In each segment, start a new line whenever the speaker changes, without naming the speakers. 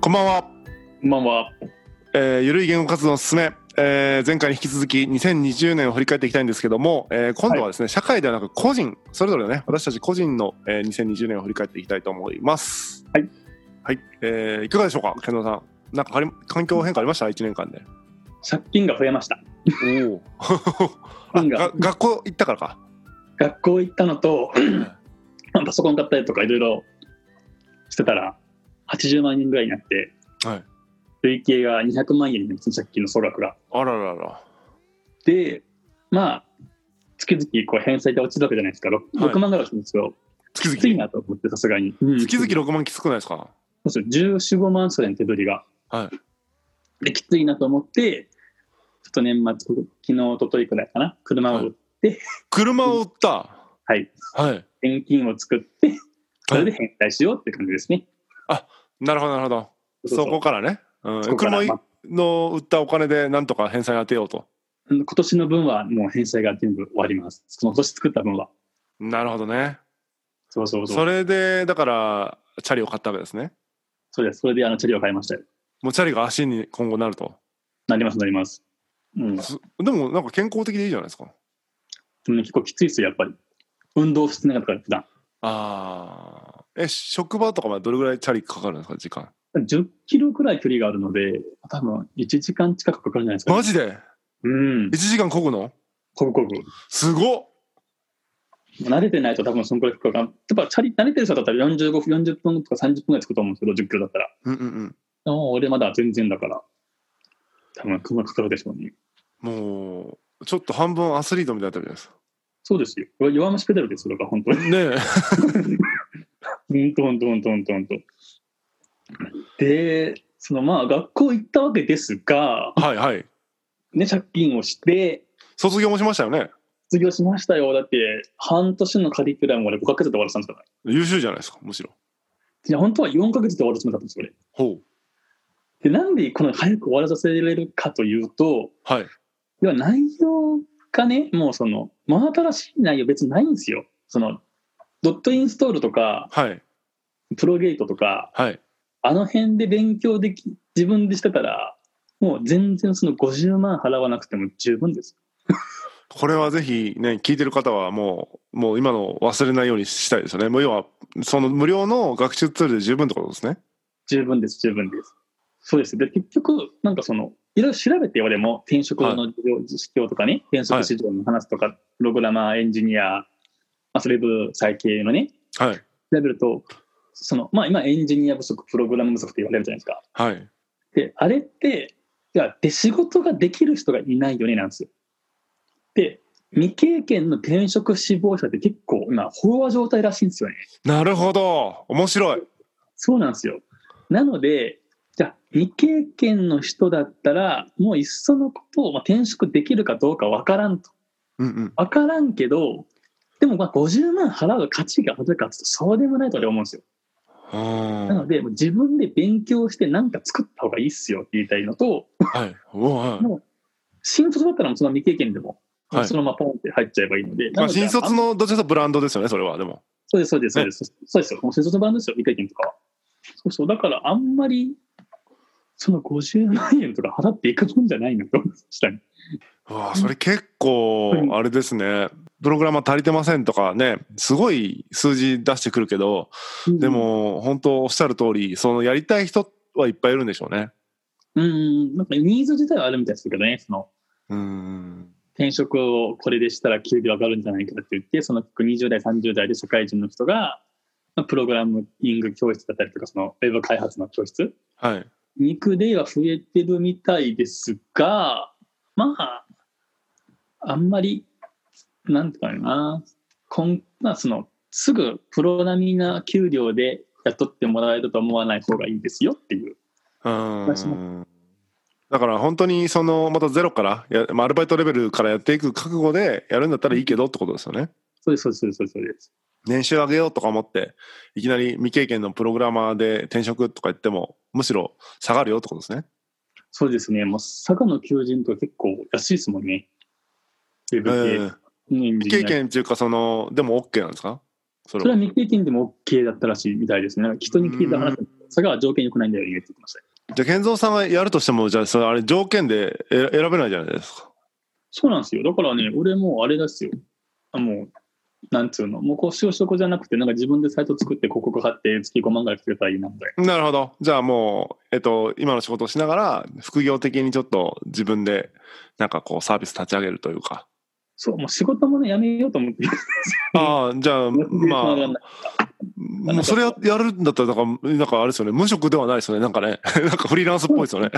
こんばんは、
こんばんは。
えーゆるい言語活動のすすめ、えー前回に引き続き2020年を振り返っていきたいんですけども、えー今度はですね、社会ではなく個人それぞれね私たち個人の、えー2020年を振り返っていきたいと思います
はい、
はいえーいかがでしょうか健三さんなんかあり環境変化ありました1年間で
借金が増えました。
おお あ
なんか
が学校行ったからか
学校行ったのと、 まあパソコン買ったりとかいろいろしてたら、80万円ぐらいになって、
はい
累計が200万円になります借金の総額が。
あらららら
で、まあ、月々こう返済で落ちるわけじゃないですか。6,
はい
万ぐらいするんですよ。
月々
きついなと思って、さすがに。うん
月々6万きつくないですか
そうですよ14、15万それの手取りが。
は
で、きついなと思って、ちょっと年末、昨日、一昨日くらいかな、車を売って、
車を売った
はい、
はい
現金を作って、それで返済しようって感じですね。
なるほどなるほどそこからね、うん、
そこから
車い
まあ
の売ったお金でなんとか返済に当てようと
今年の分はもう返済が全部終わります。その今年作った分は。
なるほどね
そうそうそう。
それでだからチャリを買ったわけですね
そうです。それであのチャリを買いましたよ。
もうチャリが足に今後なると、
なります、なります。うん。です
でもなんか健康的でいいじゃないですか
もね結構きついですよ、やっぱり。運動してなかったから、普段。
あーえ職場とかまでどれぐらいチャリかかるんですか時間
10キロくらい距離があるので、多分1時間近くかかるんじゃないですか、
マジで
うん
1。時間こぐの
こぐこぐ。
すごっ
慣れてないと多分そのくらいかかる。やっぱチャリ、慣れてる人だったら45分、40分とか30分ぐらいつくと思うんですけど、10キロだったら。
うんうんうん
でも俺まだ全然だから、多分車かかるでしょうね。
もうちょっと半分アスリートみたいだったじゃないですか
そうですよ。弱虫ペダルですよ、だから本当に。
ね
うんとんとんとんとんと。で、そのまあ学校行ったわけですが、
え はいはい
ね、借金をして、
卒業もしましたよね
卒業しましたよ。だって、半年のカリキュラム俺5ヶ月で終わらせたんですから。
優秀じゃないですかむしろ
いや、本当は4ヶ月で終わらせたんですよ、俺。
ほう
で、なんでこの早く終わらせられるかというと、
はい
では内容がね、もうその、真新しい内容別にないんですよ。その、ドットインストールとか、
はい
プロゲートとか、
はい
あの辺で勉強でき、自分でしてたら、もう全然その50万払わなくても十分です。
これはぜひね、聞いてる方はもう、もう今の忘れないようにしたいですよね。もう要は、その無料の学習ツールで十分ってことですね。
十分です、十分です。そうです。で、結局、なんかその、いろいろ調べて俺も転職の事業実況とかね、転職市場の話とか、プログラマー、エンジニア、まあ、それ部最系のね、
はい。
調べると、その、まあ今エンジニア不足、プログラム不足って言われるじゃないですか。
はい。
で、あれって、いや、で、仕事ができる人がいないよね、なんですよ。で、未経験の転職志望者って結構今、飽和状態らしいんですよね。
なるほど。面白い。
そうなんですよ。なので、じゃあ、未経験の人だったら、もういっそのことを、まあ、転職できるかどうかわからんと。
うんうん。
わからんけど、でもまあ50万払う価値があるかっていうとそうでもないと俺は思うんですよ。
う
な
ーん
ので、もう自分で勉強して何か作った方がいいっすよって言いたいのと、
はい。うわはい
新卒だったらもうその未経験でも、
はい
そのままポンって入っちゃえばいいので、
ま
な
あ、
ので
新卒
あ
のどちらかというとブランドですよね、それは。でも。
そうです、そうです、そうです。そうですよ。もう新卒の番ですよ、未経験とかは。そうそう、だからあんまり、その50万円とか払っていくもんじゃないなと思いましたね。
うわそれ結構
うん、
あれですね。プログラマー足りてませんとかね、すごい数字出してくるけど、 で、も、本当おっしゃる通り、そのやりたい人はいっぱいいるんでしょうね。
うん、なんかニーズ自体はあるみたいですけどね、その、
うーん。
転職をこれでしたら給料上がるんじゃないかって言って、その20代、30代で社会人の人が、まあプログラミング教室だったりとか、そのウェブ開発の教室
はい。
肉では増えてるみたいですが、まあ、あんまり、なんていうかな、こんまあ、その、すぐプロ並みな給料で雇ってもらえると思わない方がいいですよっていう。
う
私
ーんだから本当にそのまたゼロからや、まあ、アルバイトレベルからやっていく覚悟でやるんだったらいいけどってことですよね。
そうです、そうです、そうです、そうです。
年収上げようとか思っていきなり未経験のプログラマーで転職とか言ってもむしろ下がるよってことですね。
そうですね、もう、坂の求人とか結構安いですもんね。ウェ
え
ブ
ー
系のエンジニア
未経験っていうかそのでも OK なんですかそ
それ
れ
は
は
未経験でも OK だったらしいみたいですね。人に聞いた話だったんですそれは条件良くないんだよねって言ってました。
じゃあ、健三さんがやるとしても、じゃあ、それあれ、条件でえ選べないじゃないですか。
そうなんですよ。だからね、俺もうあれですよ。あもう、なんつうの、もうこう就職じゃなくて、なんか自分でサイト作って広告貼って月5万ぐらい作れたらいいなみたい
なるほど。じゃあ、もう、えっと、今の仕事をしながら、副業的にちょっと自分で、なんかこう、サービス立ち上げるというか。
そう、もう仕事もね、やめようと思って。
ああ、じゃあ、まあ、もうそれややるんだったら、だから、なんかあれですよね、無職ではないですよね、なんかね、 なんかフリーランスっぽいですよね。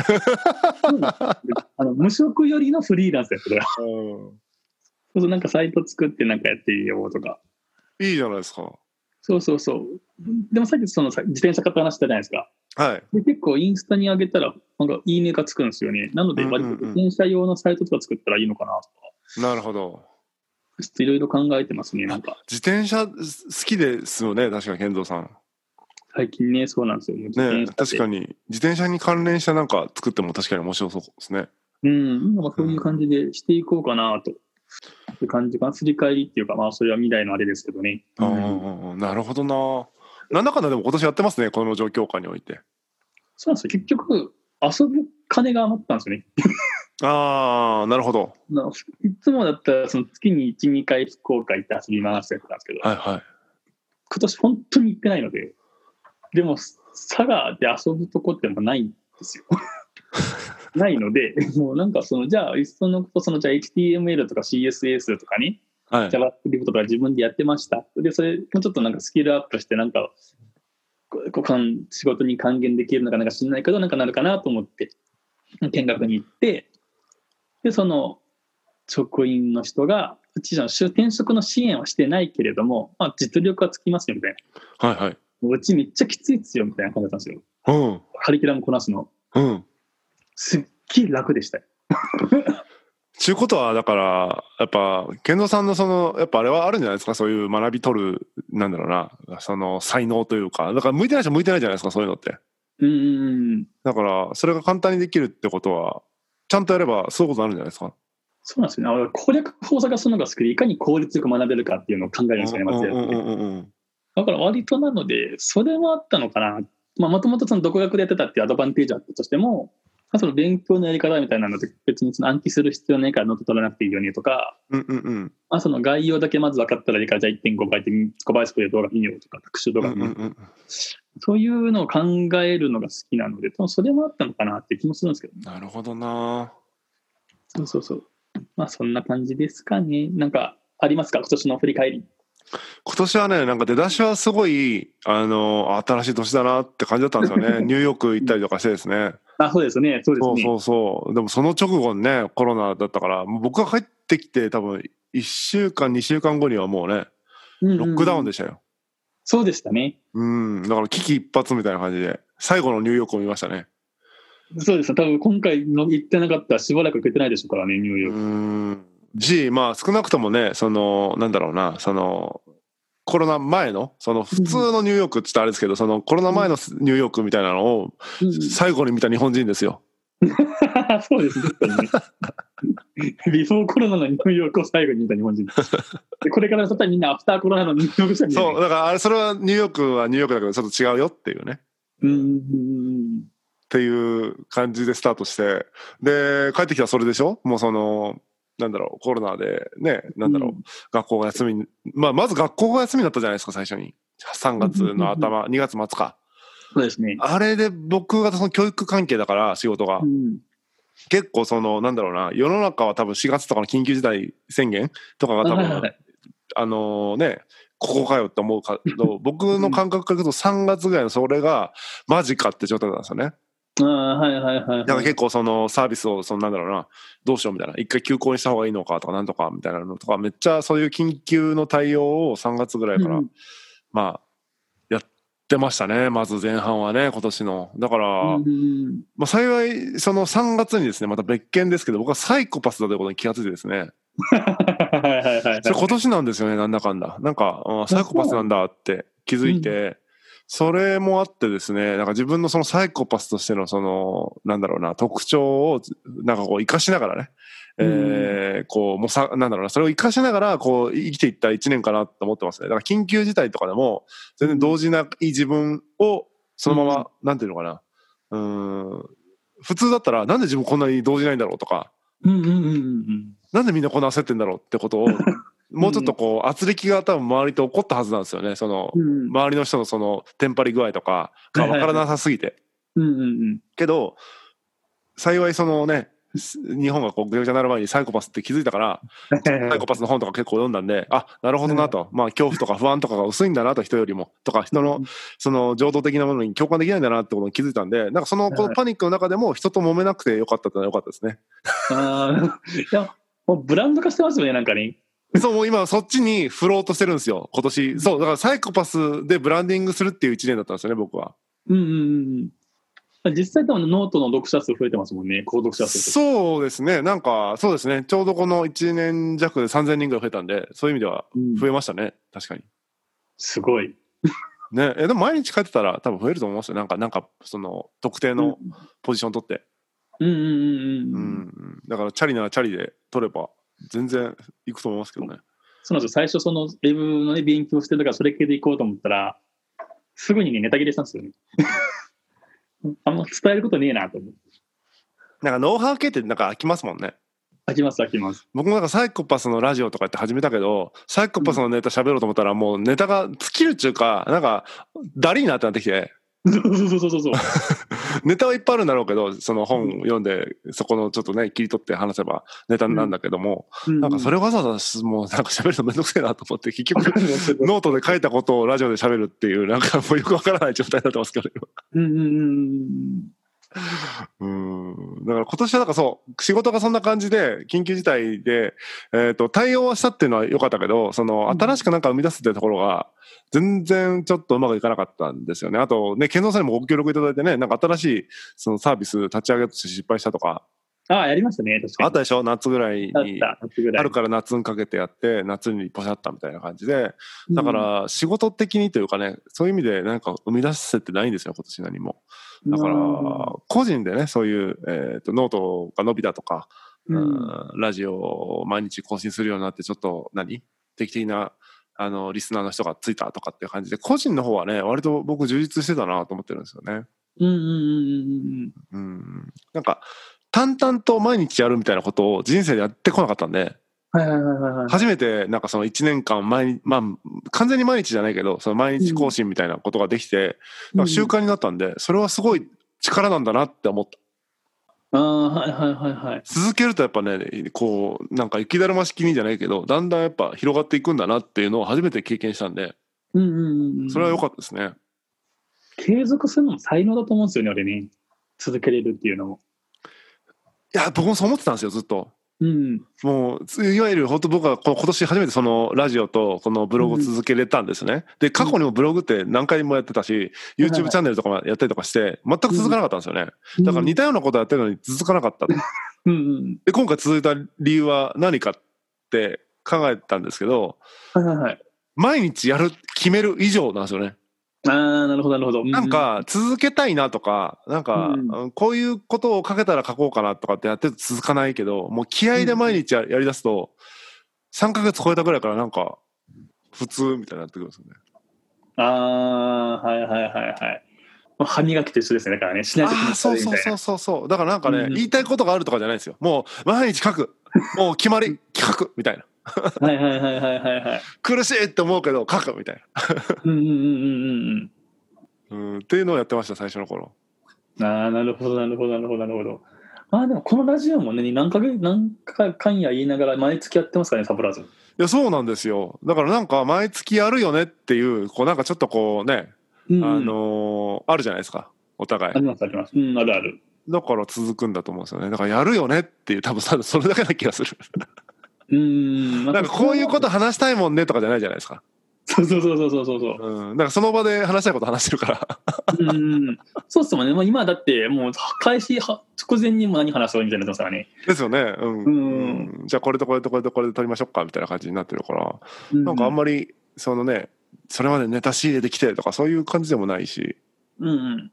あ、あ の無職よりのフリーランスやったから。そうそう、なんかサイト作ってなんかやっていいよとか。
いいじゃないですか。
そうそうそう。でもさっきそのさ自転車買った話したじゃないですか。
はい。
で結構インスタに上げたら、なんかいいねがつくんですよね。なので、
うんうんうん
割と自転車用のサイトとか作ったらいいのかなと
な
か。
るほど。
ちょっといろいろ考えてますね、なんか。
自転車す好きですよね、確か、健三さん。
最近ね、そうなんですよ。自
ね
転車って
確かに。自転車に関連したなんか作っても確かに面白そうですね。
うん、なんかそういう感じでしていこうかなと。って感じかな。振り返りっていうか、まあ、それは未来のあれですけどね。
あ
うん
あ、なるほどな。なんだかんだでも今年やってますね、この状況下において。
そうなんですよ。結局、遊ぶ金が余ったんですよね。
ああ、なるほど。
なふいつもだったら、その月に1、2回福岡行って遊び回してたんですけど、
はいはい。
今年本当に行ってないので、でも、佐賀で遊ぶとこってもうないんで すよ。ないので、もうなんかその、じゃあ、いっそのこと、その、じゃあ HTML とか CSS とかに、
はい、
JavaScript とか自分でやってました。で、それもうちょっとなんかスキルアップして、なんか、ここかん仕事に還元できるのかなんか知らないけど、なんかなるかなと思って、見学に行って、で、その、職員の人が、うちじゃ転職の支援はしてないけれども、まあ、実力はつきますよみたいな。
はいはい。
もううちめっちゃきついっすよみたいな感じだったんですよ。
うん。
カリキュラムこなすの。
うん。
すっげえ楽でしたよ。
ちゅうことは、だから、やっぱ、健三さんのその、やっぱあれはあるんじゃないですか、そういう学び取る、なんだろうな、その才能というか、だから向いてない人は向いてないじゃないですか、そういうのって。
うーん。
だから、それが簡単にできるってことは、ちゃんとやればそういうことになるんじゃないですか。
そうなんですよね。俺攻略法を探すのが好きで、いかに効率よく学べるかっていうのを考えるんですよね、まずやっ
う
て
んうんうんうんうん
だから割となので、それはあったのかな。まあ、もともとその独学でやってたっていうアドバンテージはあったとしても、まあその勉強のやり方みたいなので、別にその暗記する必要ないからノート取らなくていいよねとか、
うんうんうん
まあ、その概要だけまず分かったらいいから、じゃあ1.5倍で5倍速で動画見ようとか、学習動
うん
画見
う
よ
ん
うとか、
うん
そういうのを考えるのが好きなので、多分それもあったのかなって気もするんですけど、
なるほどな
そうそうそう。まあそんな感じですかね。なんかありますか今年の振り返り。
今年はねなんか出だしはすごいあの新しい年だなって感じだったんですよ ねニューヨーク行ったりとかしてですね
あ、そうですね。そうですね。
そうそうそうでもその直後にねコロナだったからもう僕が帰ってきて多分1週間2週間後にはもうね
うんうん
ロ
うん
ックダウンでしたよ
そうでしたね。
うんだから危機一髪みたいな感じで最後のニューヨークを見ましたね
そうですね。多分今回の行ってなかったらしばらく行けてないでしょうからね、ニューヨーク。
うんしまあ少なくともねそのなんだろうなそのコロナ前のその普通のニューヨークって言ったらあれですけどそのコロナ前のニューヨークみたいなのを
うん
最後に見た日本人ですよ。
そうですね。確かにねビフォーコロナのニューヨークを最後に見た日本人。でこれからだったらみんなアフターコロナのニューヨークしか見ない。
そうだからあれそれはニューヨークはニューヨークだけどちょっと違うよっていうねっ
うんうんうん
ていう感じでスタートしてで帰ってきたらそれでしょもうそのなんだろうコロナでねなんだろう、
うん
学校が休みに、まあ、まず学校が休みだったじゃないですか最初に3月の頭2月末か
そうですね。
あれで僕がその教育関係だから仕事が
うん
結構そのなんだろうな世の中は多分4月とかの緊急事態宣言とかが多
あはいはい
分
はい
あのね、ここかよって思うかど、僕の感覚から言うと3月ぐらいのそれがマジかって状態なんですよね。
あーはいはいはいはい。
だから結構そのサービスを、そのなんだろうな、どうしようみたいな、一回休校にした方がいいのかとかなんとかみたいなのとか、めっちゃそういう緊急の対応を3月ぐらいから、
うん
まあ、やってましたね、まず前半はね、今年の。だから、
うんうんうん
まあ幸い、その3月にですね、また別件ですけど、僕はサイコパスだということに気がついてですね、
はいはいはいはい
それ今年なんですよね、なんだかんだ。なんか、あサイコパスなんだって気づいて、それもあってですね、なんか自分のそのサイコパスとしてのその、なんだろうな、特徴を、なんかこう、活かしながらね、えー、こう、もうさ、なんだろうな、それを活かしながら、こう、生きていった一年かなと思ってますね。だから緊急事態とかでも、全然動じない自分を、そのまま、なんていうのかなうーん普通だったらなんで自分こんなに動じないんだろうとか
うんうんうんうん
なんでみんなこんな焦ってんだろうって ことをもうちょっとこう圧力が多分周りと起こったはずなんですよねその
うんうん
周りの人のそのテンパり具合とかが
はいは
分
い
か
はい
らなさすぎて。
うんうん
けど幸いそのねす日本がこうぐちゃぐちゃになる前にサイコパスって気づいたから
うん
サイコパスの本とか結構読んだんであなるほどなと、まあ恐怖とか不安とかが薄いんだなと人よりもとか人のその情動的なものに共感できないんだなってことに気づいたんでなんかその
はい
このパニックの中でも人と揉めなくてよかったってのはよかったですね。
あーいやもうブランド化してますよねなんかね
そうもう今そっちに振ろうとしてるんですよ今年そうだからサイコパスでブランディングするっていう1年だったんですよね僕は。
うんうんうん実際多分ノートの読者数増えてますもんね購読者数とか
そうですねなんかそうですねちょうどこの1年弱で3000人ぐらい増えたんでそういう意味では
うん
増えましたね確かに。
すごい
ねえでも毎日帰ってたら多分増えると思いますよなんかなんかその特定のポジション取って。
うんうんうん
う
うんうん
ん、だからチャリならチャリで取れば全然いくと思いますけどね。
そうなんですよ。最初、その、ウェブのね、勉強してるから、それ系で行こうと思ったら、すぐにね、ネタ切れしたんですよね。 あんま伝えることねえなと思って。
なんかノウハウ系ってなんか飽きますもんね。
飽きます、飽きます。
僕もなんかサイコパスのラジオとかって始めたけど、サイコパスのネタ喋ろうと思ったらもうネタが尽きるっていうか、なんかだりーなってなってきて、
そうそうそうそうそう。
ネタはいっぱいあるんだろうけど、その本読んでそこのちょっとね、切り取って話せばネタになるんだけども、 なんかそ
れ、
れわざわざもうなんか喋るのめんどくせえなと思って、結
わ
局
かるわかる
ノートで書いたことをラジオで喋るっていう、なんかもうよくわからない状態になってますけど、今
うんうんうん
うーんだから今年はなんかそう、仕事がそんな感じで、緊急事態で、えっ、と、対応はしたっていうのは良かったけど、その、
うん
新しくなんか生み出すっていうところが、全然ちょっとうまくいかなかったんですよね。あと、ね、健三さんにもご協力いただいてね、なんか新しい、そのサービス立ち上げとして失敗したとか、
ああ、やりましたね、確かに。
あったでしょ夏ぐらい
あっ
に。
た、あったぐらい。
あるから夏にかけてやって、夏にポシャったみたいな感じで、だか
うん、
ら仕事的にというかね、そういう意味でなんか生み出せてないんですよ、今年何も。だから個人でねそういう、えーとノートが伸びたとか、
うん、
うんラジオを毎日更新するようになってちょっと何定期的なあのリスナーの人がついたとかっていう感じで個人の方はね割と僕充実してたなと思ってるんですよね。
うんうんうん
うん、なんか淡々と毎日やるみたいなことを人生でやってこなかったんで
うんうん。はいはいはいはいはい。
初めてなんかその1年間毎日まあ完全に毎日じゃないけどその毎日更新みたいなことができて、なんか習慣になったんでそれはすごい力なんだなって思った。
うん。ああ、はいはいはいはい。
続けるとやっぱねこうなんか雪だるま式にじゃないけどだんだんやっぱ広がっていくんだなっていうのを初めて経験したんで
うんうんうん。
それは良
っ
かったですね、
た。継続するのも才能だと思うんですよね、俺ね。続けれるっていうのも。
いや僕もそう思ってたんですよずっと
うん。
もうついわゆる本当僕はこう今年初めてそのラジオとこのブログを続けれたんですね、で過去にもブログって何回もやってたし、
うん
YouTube チャンネルとかもやったりとかして全く続かなかったんですよね、だから似たようなことやってるのに続かなかったと
うんうん
で今回続いた理由は何かって考えたんですけど
はいはいはい。
毎日やる決める以上なんですよね
ああ、なるほど、なるほど。
なんか続けたいなとか、なんか、
うん
うんこういうことをかけたら書こうかなとかってやってると続かないけど、もう気合で毎日ややりだすと、3ヶ月超えたぐらいからなんか、普通みたいになってくるんですよね。
うん、ああ、はいはいはいはい。もう歯磨きと一緒ですね、だからね。しないとき
ああ、
に
そう
み
そう
たい
そう
な。
そうそう。だからなんかね、
うん
言いたいことがあるとかじゃないんですよ。もう毎日書く。もう決まり、書くみたいな。
はいはいはいはいはいはい。
苦しいって思うけど、書くみたい
うんうんうんうん
な。うん、っていうのをやってました、最初の頃。
うん。ああ、なるほど、なるほど、なるほど、なるほど。まあでも、このラジオもね、何ヶ月、何回かんや言いながら、毎月やってますからね、サプラーズ。
いや、そうなんですよ。だからなんか、毎月やるよねっていう、こうなんかちょっとこうね、
うんうん
あ、のーあるじゃないですかお互い
あります、あります。うん、あるある。
だから続くんだと思うんですよねだからやるよねっていう多分ただそれだけな気がす る
うん。。
なんかこういうことと話したいもんねとかじゃないじゃないですか
そうそうそうそうそうそう。
うんだからその場で話したいこと話してるから
うん。そうっすもんね。もう今だって、もう開始は直前にも何話そうみたいになってますからね。
ですよねうん、
うん
うんじゃあこれとこれとこれとこれで撮りましょうかみたいな感じになってるから、なんかあん
ま。
まりそのねそれまでネタ仕入れできてるとかそういう感じでもないし
うんうん。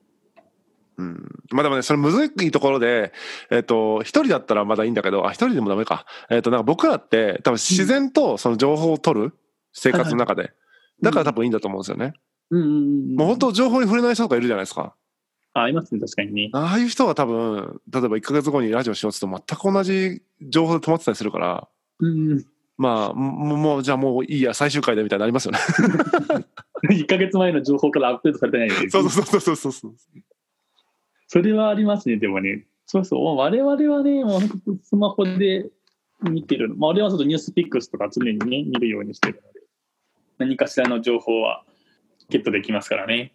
うん、まあでもねそれむずいところでえっ、と一人だったらまだいいんだけどあ一人でもダメかえっ、となんか僕らって多分自然とその情報を取る生活の中で、だから多分いいんだと思うんですよね、
うんうんうん。
もう本当情報に触れない人とかいるじゃないですか。
あ、いますね、確かにね。
ああいう人は多分、例えば1ヶ月後にラジオしようって言って全く同じ情報で止まってたりするから、
うん うん。
まあ、もう、もうじゃあもういいや、最終回だみたいになりますよね。
1ヶ月前の情報からアップデートされてないんで
そうそうそうそうそう。
それはありますね、でもね。そうそう。我々はね、もう本当スマホで見てるの。まあ、俺はちょっとニュースピックスとか常にね、見るようにしてるので、何かしらの情報はゲットできますからね。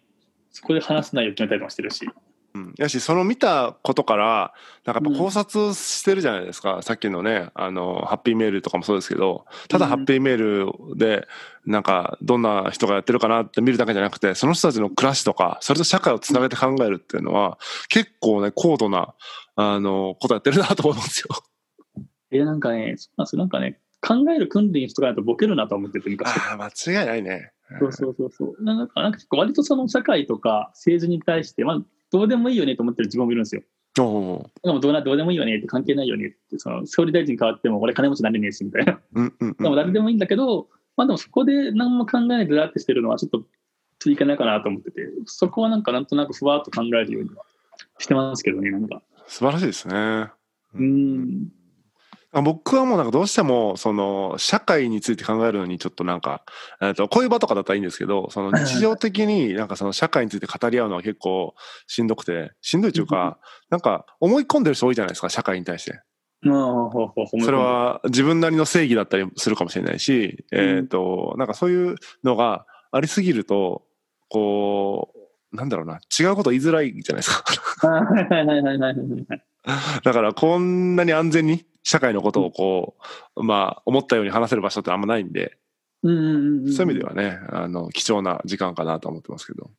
そこで話す内容決めたりもしてるし。
うん、やしその見たことからなんかやっぱ考察してるじゃないですか、さっきのねあのハッピーメールとかもそうですけどただ
うん
ハッピーメールでなんかどんな人がやってるかなって見るだけじゃなくてその人たちの暮らしとかそれと社会をつなげて考えるっていうのは結構ね高度なあのことやってるなと思うんですよ。
え、なんかね、そうなんですよなんかね、考える訓練しとかないとボケるなと思ってて、昔。
あー間違いないね。
そうそうそうそう。なんか、なんか結構割とその社会とか政治に対して、まあ、どうでもいいよねと思ってる自分もいるんですよ。
お お
でもどうな、どうでもいいよねって関係ないよねって、その総理大臣変わっても俺金持ちになれねえし、みたいな。
うんうん
でも
う
誰
ん。
でもいいんだけど、まあでもそこで何も考えないでだってしてるのはちょっと、ちょっといけないかなと思ってて、そこはなんかなんとなくふわっと考えるようにはしてますけどね、なんか。
素晴らしいですね。
うーん。
あ僕はもうなんかどうしてもその社会について考えるのにちょっとなんか、えっとこういう場とかだったらいいんですけどその
はいはい
日常的になんかその社会について語り合うのは結構しんどくてしんどいというかなんか思い込んでる人多いじゃないですか社会に対して
まあ、ほうほうほう
それ、は自分なりの正義だったりするかもしれないし、えっとなんかそういうのがありすぎるとこうなんだろうな違うこと言いづらいじゃないですか
はいはいはいはいはいはい。
だからこんなに安全に社会のことをこうまあ思ったように話せる場所ってあんまないんで。
うんうんうん。
そういう意味ではね、あの、貴重な時間かなと思ってますけど。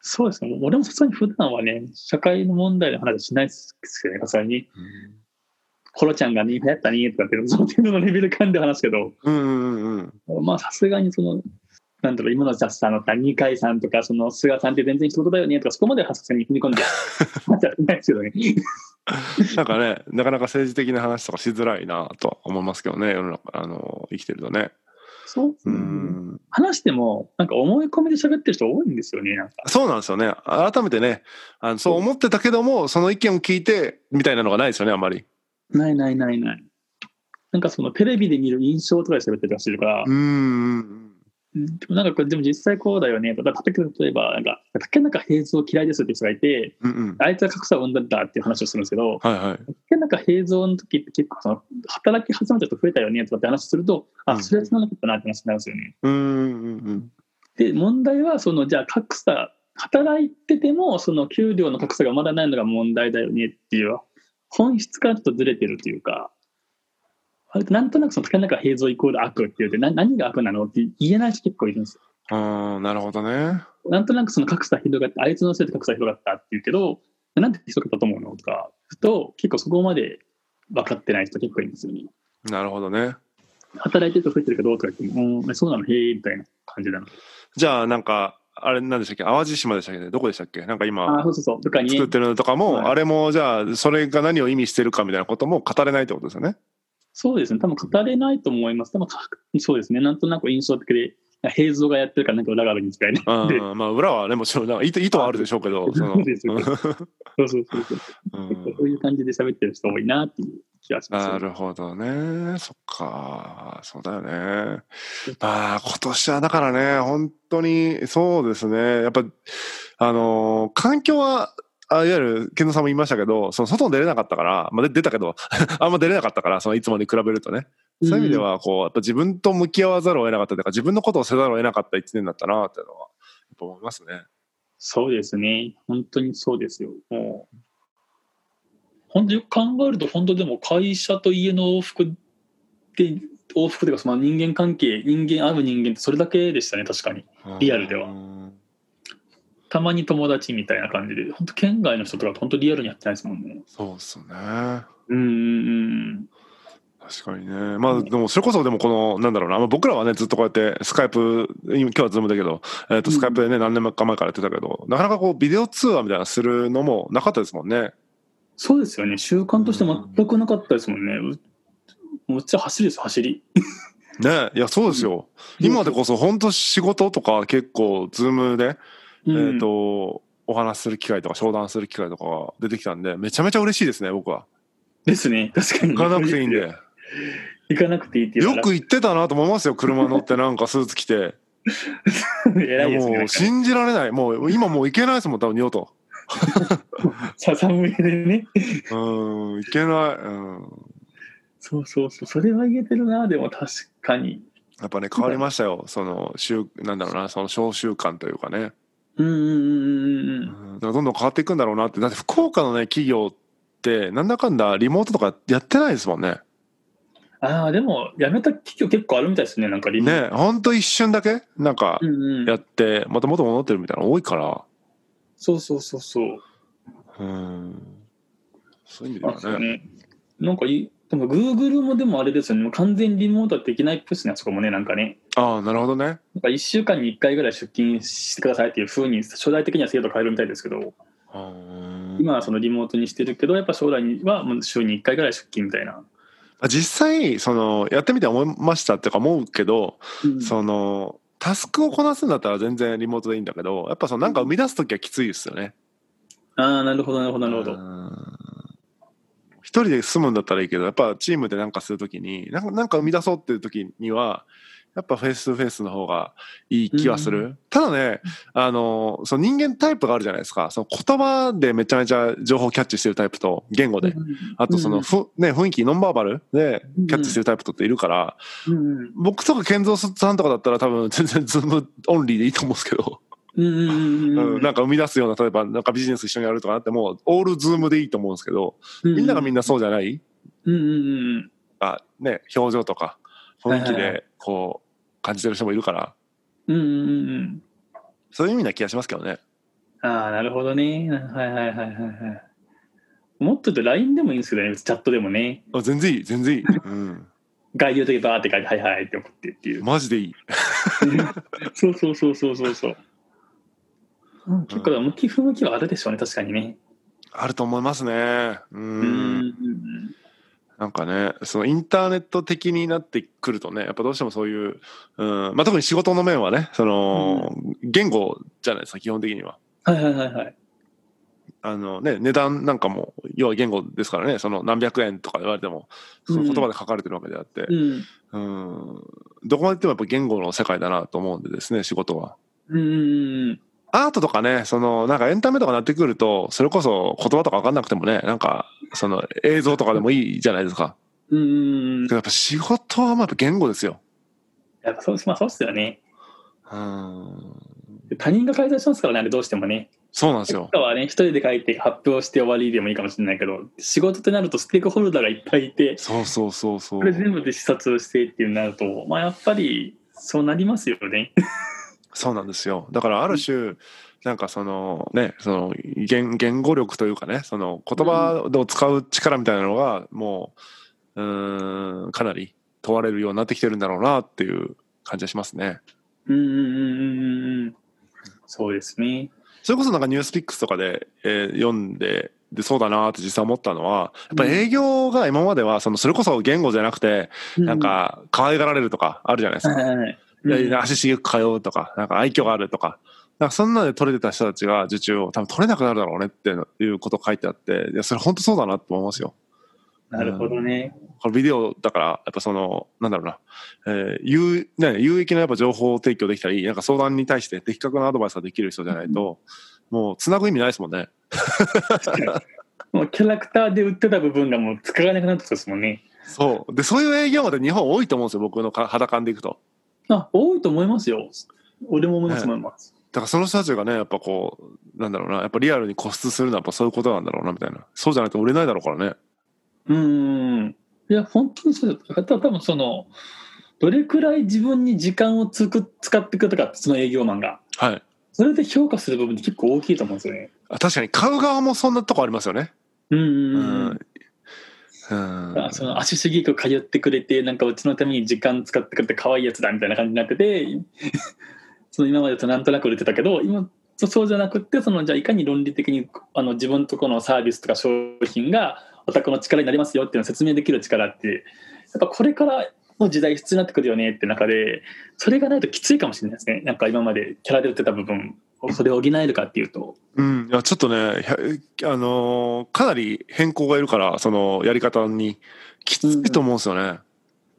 そうですね。俺もさすがに普段はね、社会の問題の話しないですけどね、さすがに。コロちゃんがね、流行ったねとかって、その程度のレベル感で話すけど、
うんうんうんうん。
まあさすがにその、なんだろう、今の雑さんの二階さんとか、その菅さんって全然一言だよねとか、そこまでは さすがに踏み込んで、話はないですけどね。
なんかね、なかなか政治的な話とかしづらいなとは思いますけどね、世の中、あの、生きてるとね。
そう
う、ん。
話しても、なんか思い込みで喋ってる人多いんですよね、なんか。
そうなんですよね。改めてね、あのそう思ってたけども、その意見を聞いて、みたいなのがないですよね、あんまり。
ないないないない。なんかそのテレビで見る印象とかで喋ってるらしいから
う、んうん
うんでもなんかこれ、でも実際こうだよねとか、例えば、なんか、竹中平蔵嫌いですっていう人がいて、
うん。うんうん。
あいつは格差を生んだんだっていう話をするんですけ
はい
ど、
はい。
竹中平蔵の時って結構その、働き始めた人増えたよねとかって話すると、
う
あ、
ん
それはつながなかったなって話になるんですよね。
うんうんうん。
で、問題は、その、じゃあ格差、働いてても、その給料の格差がまだないのが問題だよねっていう、本質からちょっとずれてるというか、割となんとなくその竹中平蔵イコール悪って言って、な何が悪なのって言えない人結構いるんですよ
ああ、なるほどね。
なんとなくその格差広がって、あいつのせいで格差広がったって言うけど、なんで広がったと思うのとか、ふと結構そこまで分かってない人結構いるんですよね。
なるほどね。働
働いてると増えてるけどとか言っても、うん、そうなの、へえ、みたいな感じなの。
じゃあ、なんか、あれ、なんでしたっけ淡路島でしたっけどこでしたっけなんか今、
ああ、そうそうそう、とかに、
作ってるのとかも、
はい
あれもじゃあそれが何を意味してるかみたいなことも語れないってことですよね。
そうですね、多分語れないと思います。多分かそうですね、なんとなく印象的で、平蔵がやってるからなんか裏があるみたいな。
う
で
ん、まあ裏はねもちろんなんか意図意図はあるでしょうけど、その
そうですよそうそうそうそう。
うん
結構そういう感じで喋ってる人多いなっていう気がします。
なるほどね。そっか。そうだよね。まあ今年はだからね、本当にそうですね。やっぱ、あのー環境は、あいわゆる、健三さんも言いましたけど、その外に出れなかったから、まあ、で出たけど、 あんま出れなかったから、そのいつもに比べるとね。そういう意味では、こう、やっぱ自分と向き合わざるを得なかったというか、自分のことをせざるを得なかった一年だったな、っていうのは、やっぱ思いますね。
そうですね、本当にそうですよ、もう。本当よく考えると、本当でも会社と家の往復で、往復というか、その人間関係、人間、会う人間ってそれだけでしたね、確かに。リアルでは
うん
たまに友達みたいな感じで、本当、県外の人とかって、本当リアルにやってないですもんね。
そうっすよね。
うんうん
確かにね。まあ、でも、それこそ、でも、この、なんだろうな、まあ僕らはね、ずっとこうやって、スカイプ、今今日はズームだけど、えっ、と、
うん
スカイプでね、何年か前からやってたけど、なかなかこう、ビデオ通話みたいなのするのもなかったですもんね。
そうですよね、習慣として全くなかったですもんね。ううちは走りです、走り。
ね、いや、そうですよ。今でこそ、本当仕事とか結構、ズームで、
うん
えっ、と、お話しする機会とか、商談する機会とかが出てきたんで、めちゃめちゃ嬉しいですね、僕は。
ですね、確かに。
行かなくていいんで。。
行かなくていいっていうの
よ
は
く行ってたなと思いますよ、車乗ってなんかスーツ着て。
偉いです
も
ね
う、。信じられない。もう、今もう行けないですもん、多分、二度と。
ささむでね。
うん、行けない。うん。
そうそうそう、それは言えてるな、でも確かに。
やっぱね、変わりましたよ。その、週、なんだろうな、その、小習慣というかね。
うんうんうんう
うんんだからどんどん変わっていくんだろうなって。だって、福岡のね、企業って、なんだかんだ、リモートとかやってないですもんね。
うん。ああ、でも、辞めた企業結構あるみたいですね、なんかリモ
ね、
ー
ほんと一瞬だけ、なんか
ト。、うんう
や
ん。
って、また元戻ってるみたいなの多いから。
そうそうそうそう。
うん。そういう意
あ
味で
そう
はね。
ね。なんかいい、でも Google もでもあれですよね、もう完全リモートはできないっぽいですね、あそこもね、なんかね。
ああ、なるほどね。
なんか1週間に1回ぐらい出勤してくださいっていうふうに、将来的には制度変えるみたいですけど、
うん
今はそのリモートにしてるけど、やっぱ将来にはもう週に1回ぐらい出勤みたいな。
実際そのやってみて思いましたっていうか思うけど、そのタスクをこなすんだったら全然リモートでいいんだけどやっぱそのなんか生み出す時はきついですよね。
ああ、なるほど、なるほど、なるほ
う
ど。
ん一人で住むんだったらいいけどやっぱチームでなんかする時になんかなんか生み出そうっていう時にはやっぱフェイストゥフェイスの方がいい気はする、
う
ただねあのその人間タイプがあるじゃないですかその言葉でめちゃめちゃ情報をキャッチしてるタイプと言語で、あとそのふ、ね、雰囲気ノンバーバルでキャッチしてるタイプとっているから、
うんうん
僕とか健三さんとかだったら多分全然ズームオンリーでいいと思うんですけど、
うんうんうんう
うんんなんか生み出すような例えばなんかビジネス一緒にやるとかなってもうオールズームでいいと思うんですけど
うん
みんながみん
な。
なそうじゃない、
うんうんうん。
あね、表情とか雰囲気
はいはいは
でこう感じてる人もいるから
うんうんうんうん。
そういう意味な気がしますけどね
ああ、なるほどね。はいはいはいはいはい。もっと言うと LINE でもいいんですけどね、チャットでもね。
あ全然いい全然いい、うん、
概要的にバーって書いて、はいはいって送ってっ ていう。
マジでいい
そうそうそうそうそうそう。うん結構、向き不向きはあるでしょうね、確かにね。
あると思いますねう
うんんうん
なんかねそのインターネット的になってくるとねやっぱどうしてもそういう、うんまあ、特に仕事の面はねその、言語じゃないですか基本的には。
うん。はいはいはいはい。
あのね、値段なんかも要は言語ですからねその何百円とか言われてもその言葉で書かれてるわけであって、
うん。
うん、どこまで行ってもやっぱ言語の世界だなと思うんでですね仕事は。
うんうんうん。
アートとかねそのなんかエンタメとかなってくるとそれこそ言葉とか分かんなくてもねなんかその映像とかでもいいじゃないですか。
うんうんうん
けどやっぱ仕事はまあやっぱ言語ですよ。
やっぱそうです、まあそうっすよね。
うん
他人が解体しますからね、あれどうしてもね。
そうなんです
結
よ。
果はね、一人で書いて発表して終わりでもいいかもしれないけど、仕事ってなるとステークホルダーがいっぱいいて、
そうそうそうそ
これ
う。
全部で視察をしてっていうなると、まあやっぱりそうなりますよね。
そうなんですよ。だからある種、なんかそのね、その言言語力というかね、その言葉を使う力みたいなのが、もう、うーん、かなり問われるようになってきてるんだろうなっていう感じがしますね。
うんうんうんうんうんうん。そうですね。
それこそなんかニュースピックスとかで、えー読んで、でそうだなって実際思ったのはやっぱ営業が今まではそのそれこそ言語じゃなくてなんか可愛がられるとかあるじゃないです
うん、
か
はいはいはい
いやいや足しげく通うとか、なんか愛嬌があるとか、なんかそんなで取れてた人たちが受注を多分取れなくなるだろうねっていうこと書いてあって、いや、それ本当そうだなって思いますよ。
なるほどね。
これビデオだから、やっぱその、なんだろうな、えー有ね、有益なやっぱ情報を提供できたり、なんか相談に対して的確なアドバイスができる人じゃないと、もう繋ぐ意味ないですもんね。
もうキャラクターで売ってた部分がもう使わなくなってたですもんね。
そう。で、そういう営業まで日本多いと思うんですよ、僕のか肌感でいくと。
あ、多いと思いますよ。俺も思います、
ね
思います。
だからその人たちがね、やっぱこう、なんだろうな、やっぱリアルに固執するのはやっぱそういうことなんだろうな、みたいな。そうじゃないと売れないだろうからね。
うんうんうん。いや、本当にそうだった。多分その、どれくらい自分に時間をつく使ってくれたか、その営業マンが。
はい。
それで評価する部分って結構大きいと思うんですよね。
あ確かに買う側もそんなとこありますよね。
うんうん
う
うん。
ん。うん
あその足しげく通ってくれてなんかうちのために時間使ってくれて可愛いやつだみたいな感じになってて その今までとなんとなく売れてたけど今そそうじゃなくってそのじゃあいかに論理的にあの自分とこのサービスとか商品がお宅の力になりますよっていうのを説明できる力ってやっぱこれからの時代必要になってくるよねって中で、それがないときついかもしれないですね。なんか今までキャラで売ってた部分を、それを補えるかっていうと。
うん、いやちょっとね、ひゃあのーかなり変更がいるから、そのやり方にきついと思うんですよね。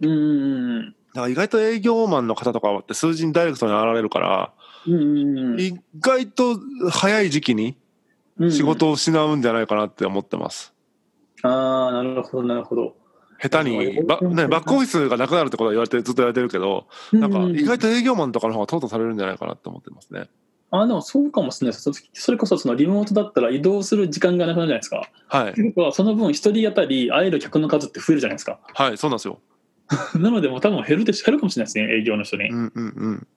うんうん
だから意外と営業マンの方とかって数字にダイレクトに現れるから、
うん。うんうん
意外と早い時期に
うん。
仕事を失うんじゃないかなって思ってます。
ああ、なるほど、なるほど。
下手にば、ね、バックオフィスがなくなるってことは言われてずっと言われてるけど、なんか意外と
と。
営業マンとかの方が淘汰されるんじゃないかなって思ってますね。
あーでもそうかもしれないです。そそれこそ、そのリモートだったら移動する時間がなくなるじゃないですか。
はい
と。いうことは、その分、一人当たり会える客の数って増えるじゃないですか。
はい、そうなんですよ。
なので、もう多分減るでし減るかもしれないですね、営業の人に。
うんうんうん。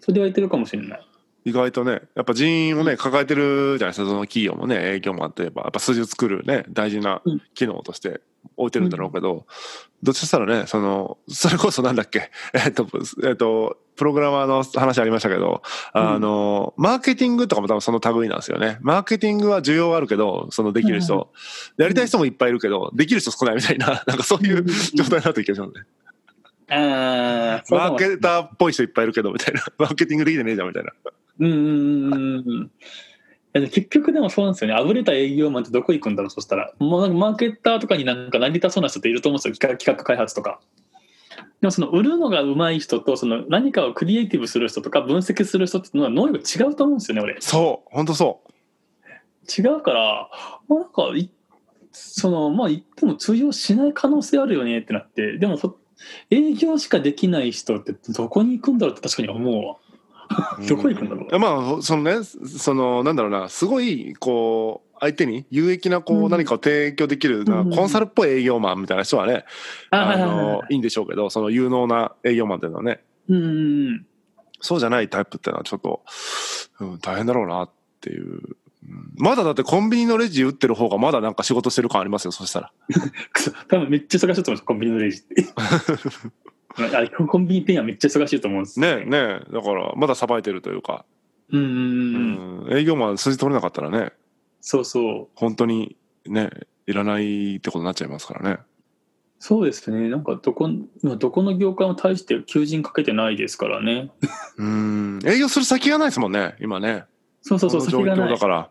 それでは言ってるかもしれない。
意外とね、やっぱ人員をね、抱えてるじゃないですか、その企業もね、営業マンといえば、やっぱ数字を作るね、大事な
うん
機能として置いてるんだろうけど、どっちかしたらね、その、それこそなんだっけ、 えっと、えっと、プログラマーの話ありましたけど、あの、マーケティングとかも多分その類なんですよね。マーケティングは需要はあるけど、そのできる人、やりたい人もいっぱいいるけど、できる人少ないみたいな、 なんかそういう状態になってきてますね。
ああ、そう
マー
かもしれ
ケターっぽい人いっぱいいるけど、みたいな。マーケティングできてねえじゃん、みたいな。
うんうんうんうんうん。いや結局でもそうなんですよね。あぶれた営業マンってどこ行くんだろう、そしたら。もうなんかマーケッターとかになんかなりたそうな人っていると思うんですよ。企画企画開発とか。でもその売るのが上手い人と、その何かをクリエイティブする人とか分析する人っていうのは能力違うと思うんですよね、俺。
そう、本当そう。
違うから、まあ、なんかい、その、まあ言っても通用しない可能性あるよねってなって、でもそ営業しかできない人ってどこに行くんだろうって確かに思うわ。どこ行くんだろう
まあそのねそのなんだろうなすごいこう相手に有益なこ
う
うん何かを提供できる、なんか
うん
コンサルっぽい営業マンみたいな人はね、あ
はいはいはい
のいいんでしょうけどその有能な営業マンっていうのはね
うんうんうん。
そうじゃないタイプっていうのはちょっと、うん、大変だろうなっていう、うんまだだってコンビニのレジ打ってる方がまだなんか仕事してる感ありますよそしたら
くそ多分めっちゃ忙しいと思うんですよコンビニのレジ ってあれコンビニ店員はめっちゃ忙しいと思うんですよ
ねねだからまださばいてるというか、
うんうんうん、
うん営業マン数字取れなかったらね
そうそう
本当にねいらないってことになっちゃいますからね
そうですねなんかどこまあどこの業界も大して求人かけてないですからね
うーん営業する先がないですもんね、今ね。
そうそうそう
この
先が
状況
な
だ
い
から。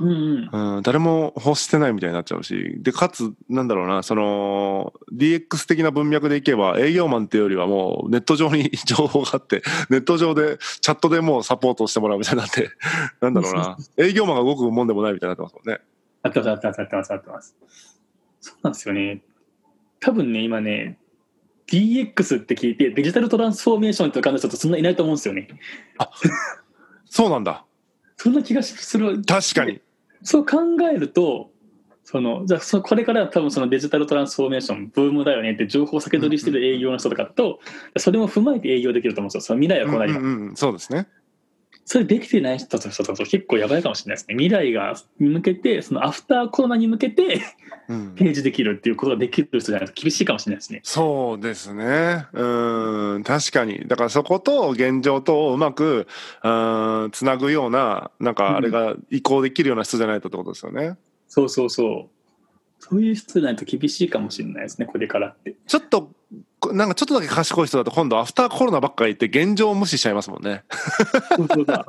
うんうん
うん、誰も欲してないみたいになっちゃうし。で、かつ、なんだろうな、その、DX 的な文脈でいけば、営業マンっていうよりはもう、ネット上に 情報があって、ネット上で、チャットでもうサポートしてもらうみたいになって、 なんだろう な、営業マンが動くもんでもないみたいになってますもんね。
あってますあってますあってますあってますそうなんですよね多分ね今ね DX って聞いてデジタルトランスフォーメーションとかの人ってそんないないと思うんですよね
そうなんだ。
そんな気がする
確かに。
そう考えると、そのじゃあそこれから多分そのデジタルトランスフォーメーションブームだよねって情報を先取りしてる営業の人とかと、それも踏まえて営業できると思うんですよ。その未来
う
は
ん
こう
う
なり
ん
ます。
うん、そうですね。
それできてない人と人と結構やばいかもしれないですね。未来がに向けて、そのアフターコロナに向けて
うん
提示できるっていうことができる人じゃないと厳しいかもしれないですね。
そうですね。うん、確かに。だからそこと現状とをうまく、うん、つなぐような、なんかあれが移行できるような人じゃないとってことですよね。
そうそうそう。そういう人じゃないと厳しいかもしれないですね、これから って。
ちょっと、こなんかちょっとだけ賢い人だと今度アフターコロナばっかり言って現状を無視しちゃいますもんね。
そうそうそう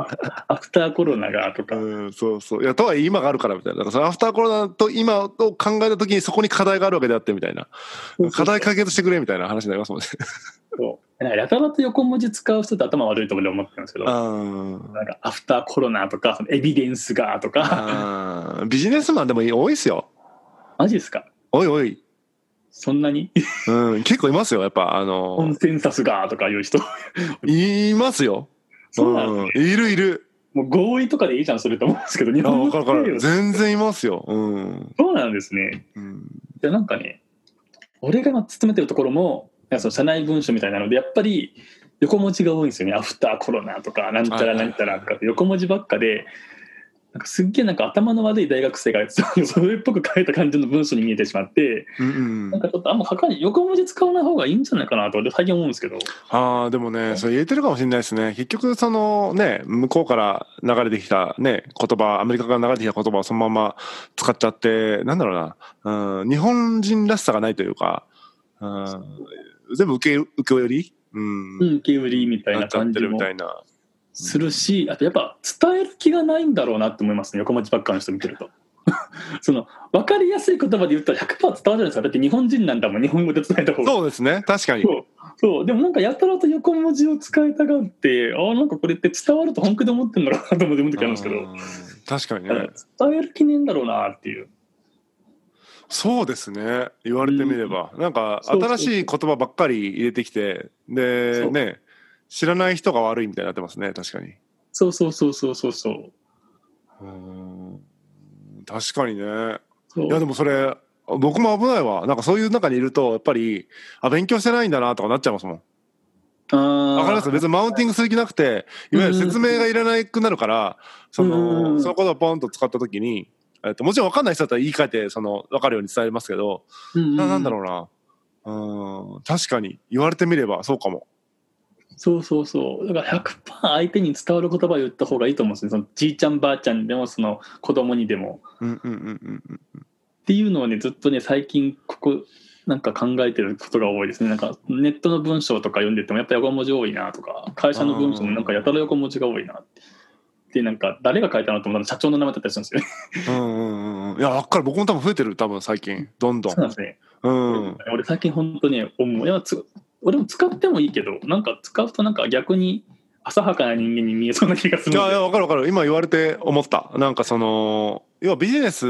アフターコロナがとか。
うん、そうそう。いや、とはいえ今があるからみたいな。だからそのアフターコロナと今を考えた時にそこに課題があるわけであってみたいな。課題解決してくれみたいな話になりますもんね。
そうなんかやたらと横文字使う人って頭悪いと俺思ってるんですけど、
うん。
なんかアフターコロナとか、そのエビデンスがとか、
あービジネスマンでも多いですよ。
マジですか
おいおい。
そんなに
うん、結構いますよ。やっぱ、あの、
コンセンサスがとかいう人。
いますよ。
そうなんですね
うんいるいる。
もう合意とかでいいじゃん、それと思うんですけど、日
あ、
本
わ
の
かるわか
企
る。
業
全然いますよ。うん。
そうなんですね。
うん
で、なんかね、俺が今勤めてるところも、なんかその社内文書みたいなので、やっぱり横文字が多いんですよね。アフターコロナとか、なんちゃらなんちゃらとかって、横文字ばっかで、なんかすっげえなんか頭の悪い大学生が そそれっぽく書いた感じの文章に見えてしまって、
うんう
な
ん、
んかちょっとあんま書かない、横文字使わない方がいいんじゃないかなと俺最近思うんですけど。
ああでもねそれ言えてるかもしれないですね結局そのね向こうから流れてきたね言葉アメリカから流れてきた言葉をそのまま使っちゃってなんだろうな、うん、日本人らしさがないというか、うん、全部受け受け売り、うん
うん、受け売りみたい
な
な
っちゃっ
感
て
じ
るみ
も
たいな。
するし、あとやっぱ伝える気がないんだろうなって思いますね、横町ばっかの人見てると。 その分かりやすい言葉で言ったら100%伝わるじゃないですか、だって日本人なんだもん、日本語で伝えた方が。
そうですね、確かに。
そうそうでもなんかやたらと横文字を使いたがって、ああ、なんかこれって伝わると本気で思ってんだろうなと思って思う時あるんですけど、
うん確かに
だか
ね。
ら伝える気ねえんだろうなっていう。
そうですね、言われてみれば。なんか、
そうそうそう
新しい言葉ばっかり入れてきて、
そ
で、
う
ね、知らない人が悪いみたいになってますね、確かに。
そうそうそうそうそうそう。
うん確かにね。
そう
いや、でもそれ、僕も危ないわ。なんかそういう中にいると、やっぱり、あ、勉強してないんだなとかなっちゃいますもん。
あー
わかります別にマウンティングする気なくて、いわゆる説明がいらなくなるから、そ
うんう
の、
ん
そのことをポンと使った時に、えっと、もちろん分かんない人だったら言い換えて、その、分かるように伝えますけど、
うんうん
ななんだろうな。うん、確かに、言われてみればそうかも。
そうそうそう。だから100%相手に伝わる言葉を言った方がいいと思うんですね。そのじいちゃんばあちゃんでも、その子供にでも。
うんうんうんうんうん。
っていうのをね、ずっとね、最近ここ、なんか考えてることが多いですね。なんかネットの文章とか読んでても、やっぱ横文字多いなとか、会社の文章もなんかやたら横文字が多いなって。で、なんか誰が書いたのと思ったら社長の名前だったりするんですよね。
うんうんうん。いや、分かる。僕も多分増えてる、多分最近。どんどん
そう。なんですね。
うん。
俺最近本当に思ういやつ俺も使ってもいいけどなんか使うとなんか逆に浅はかな人間に見えそうな気がする
い
の
やい
で
や分かる分かる今言われて思ったなんかその要はビジネス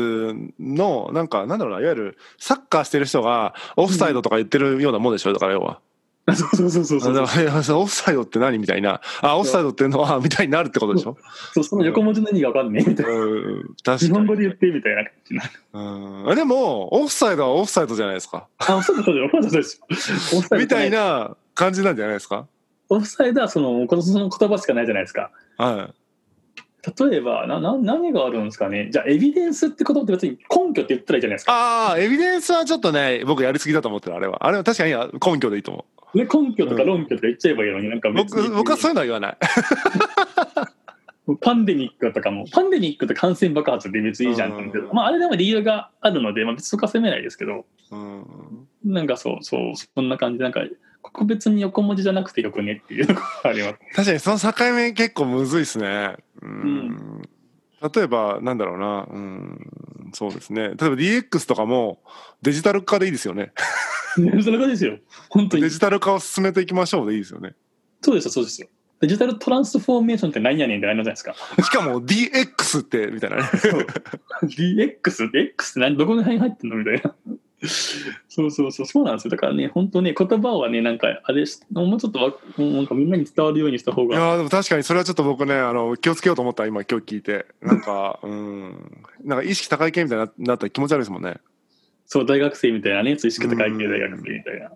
のなんかなんだろうないわゆるサッカーしてる人がオフサイドとか言ってるようなもんでしょだから要は
そうそうそうそうそう
だからいやそのオフサイドって何みたいなあオフサイドっていうのはみたいになるってことでしょ
そうその横文字の意味が分かんねえみたいな
うん確
日
か
本
に
語で言ってみたいな感じになる
うんでもオフサイドはオフサイドじゃないですか
あオフサイドそうだよオフサイドそうですよオフサイド
みたいな感じなんじゃないですか
オフサイドはそのこのその言葉しかないじゃないですか
は
例えばなな何があるんですかねじゃあエビデンスって言葉って別に根拠って言ったらいいじゃないです
い
か
ああエビデンスはちょっとね僕やりすぎだと思ってるあれはあれは確かに根拠でいいと思う
ね根拠とか論拠とか言っちゃえばいいのになんか別に
僕僕はそういうのは言わない
パンデミックとかも、パンデミックと感染爆発で別にいいじゃんと思うけど、
うん
まああれでも理由があるので、まあ別にそこは責めないですけど、
うん
なんかそう、そう、そんな感じ、なんか、ここ別に横文字じゃなくてよくねっていうのがあります。
確かにその境目結構むずいですね。うん例えばなんだろうな、うん、そうですね例えば DX とかもデジタル化でいいですよね
ねそんな感じですよ。本当に
デ。ジタル化を進めていきましょうでいいですよね
そうですよ、そうですよ。デジタルトランスフォーメーションって何やねんってなりませんですか。
しかも DX ってみたいなね
DX って X って何どこに入ってんのみたいな。そうそうそう、そうなんですよ。だからね、本当ね、言葉はね、なんか、あれし、もうちょっとわ、なんかみんなに伝わるようにした方
い
が。
やーでも確かにそれはちょっと僕ねあの気をつけようと思った今今日聞いてなんかうんなんか意識高い系みたいにななったら気持ち悪いですもんね
そう、大学生みたいなね、意識高い系大学生みたいな。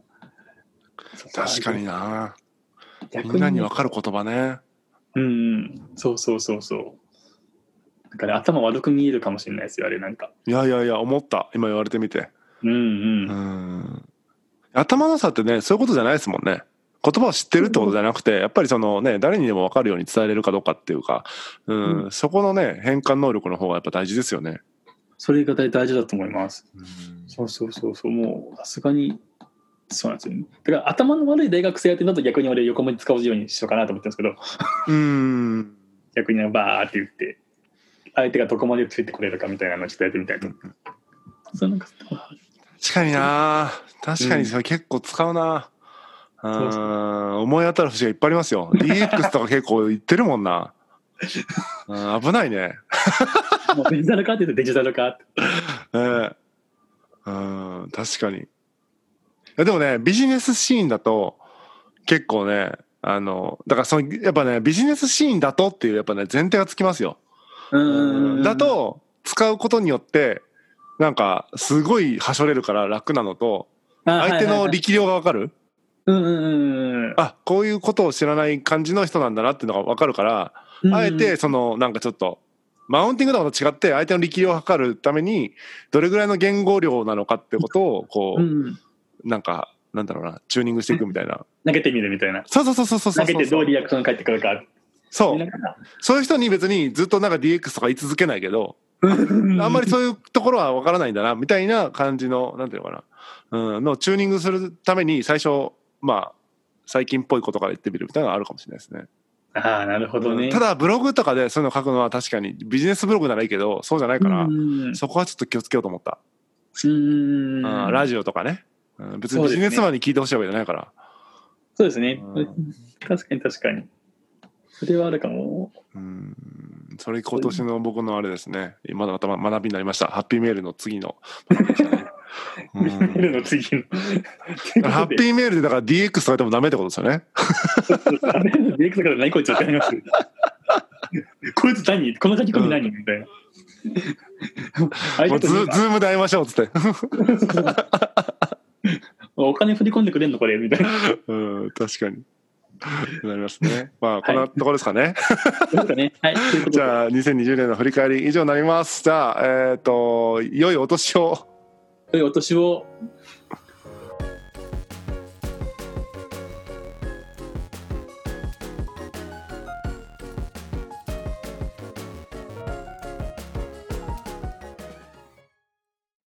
確かにな
逆
みんなに分かる言葉ね
うんうん、そうそうそうそう。なんかね、頭悪く見えるかもしれないですよ、あれなんか。
いやいやいや思った今言われてみて
うんうん。
うん頭の良さってねそういうことじゃないですもんね言葉を知ってるってことじゃなくてやっぱりそのね誰にでも分かるように伝えれるかどうかっていうか、うん
う
そこのね変換能力の方がやっぱ大事ですよね。
それが大大事だと思います。そうそうそうそう、もうさすがに。そうなんですよね。だから頭の悪い大学生やってんだと逆に俺横文字使うようにしようかなと思ってるんですけど、
うん
逆にバーって言って、相手がどこまでついてこれるかみたいなのをちょっとやってみたいと。そうなんか、
確かにな確かにそれ結構使うな、うん、
そうそ
思い当たる節がいっぱいあります よ DX とか結構言ってるもんな、うん、危ないね、
もうデジタル化って言うとデジタル化って。
ええうん確かにいやでもねビジネスシーンだと結構ねあのだからそのやっぱねビジネスシーンだとっていうやっぱね前提がつきますよ
うんうんうん
だ、と使うことによってなんかすごいはしょれるから楽なのと相
相
手の力量がわかる
うんうんうんうん。
あこういうことを知らない感じの人なんだなっていうのがわかるからあえてそのなんかちょっとマウンティングとかと違って相手の力量を測るためにどれぐらいの言語量なのかってことをこ
う、
うん
うん、
なんかなんだろうなチューニングしていくみたいな
投げてみるみたいな。
そうそうそうそうそうそ
投
う
げてどうリアクション返ってくるか。
そ
見な
う
がら
そういう人に別にずっとなんか DX とか言い続けないけどあんまりそういうところはわからないんだなみたいな感じのなんていうのかなうんのチューニングするために最初まあ、最近っぽいことから言ってみるみたいなのがあるかもしれないですね。
ああ、なるほどね。
ただ、ブログとかでそういうの書くのは確かにビジネスブログならいいけど、そうじゃないから
う、ん
そこはちょっと気をつけようと思った。
うん
うんラジオとかね。うん別にビジネスマンに聞いてほしいわけじゃないから。
そうですね
う。
確かに確かに。それはあるかも。
うんそれ今年の僕のあれですね。まだまた学びになりました。ハッピーメールの次の学びでした ね。うん
見るの次の。
ハッ ピーメールでだから DX とかやってもダメってことですよね。
ーメール。ディレクターから何こいつってなります。こいつ何この書き込み何みたいな。あ
もうズズームで会いましょうっつって。
お金振り込んでくれんのこれみたい な。
うん、確かに。なりますね。まあ、こんなところですかね。
なんかね。はい。と いうこと
じ
で
ゃあ、2020年の振り返り以上になります。じゃあ、えっ、と、良いお年を。
良いお年を。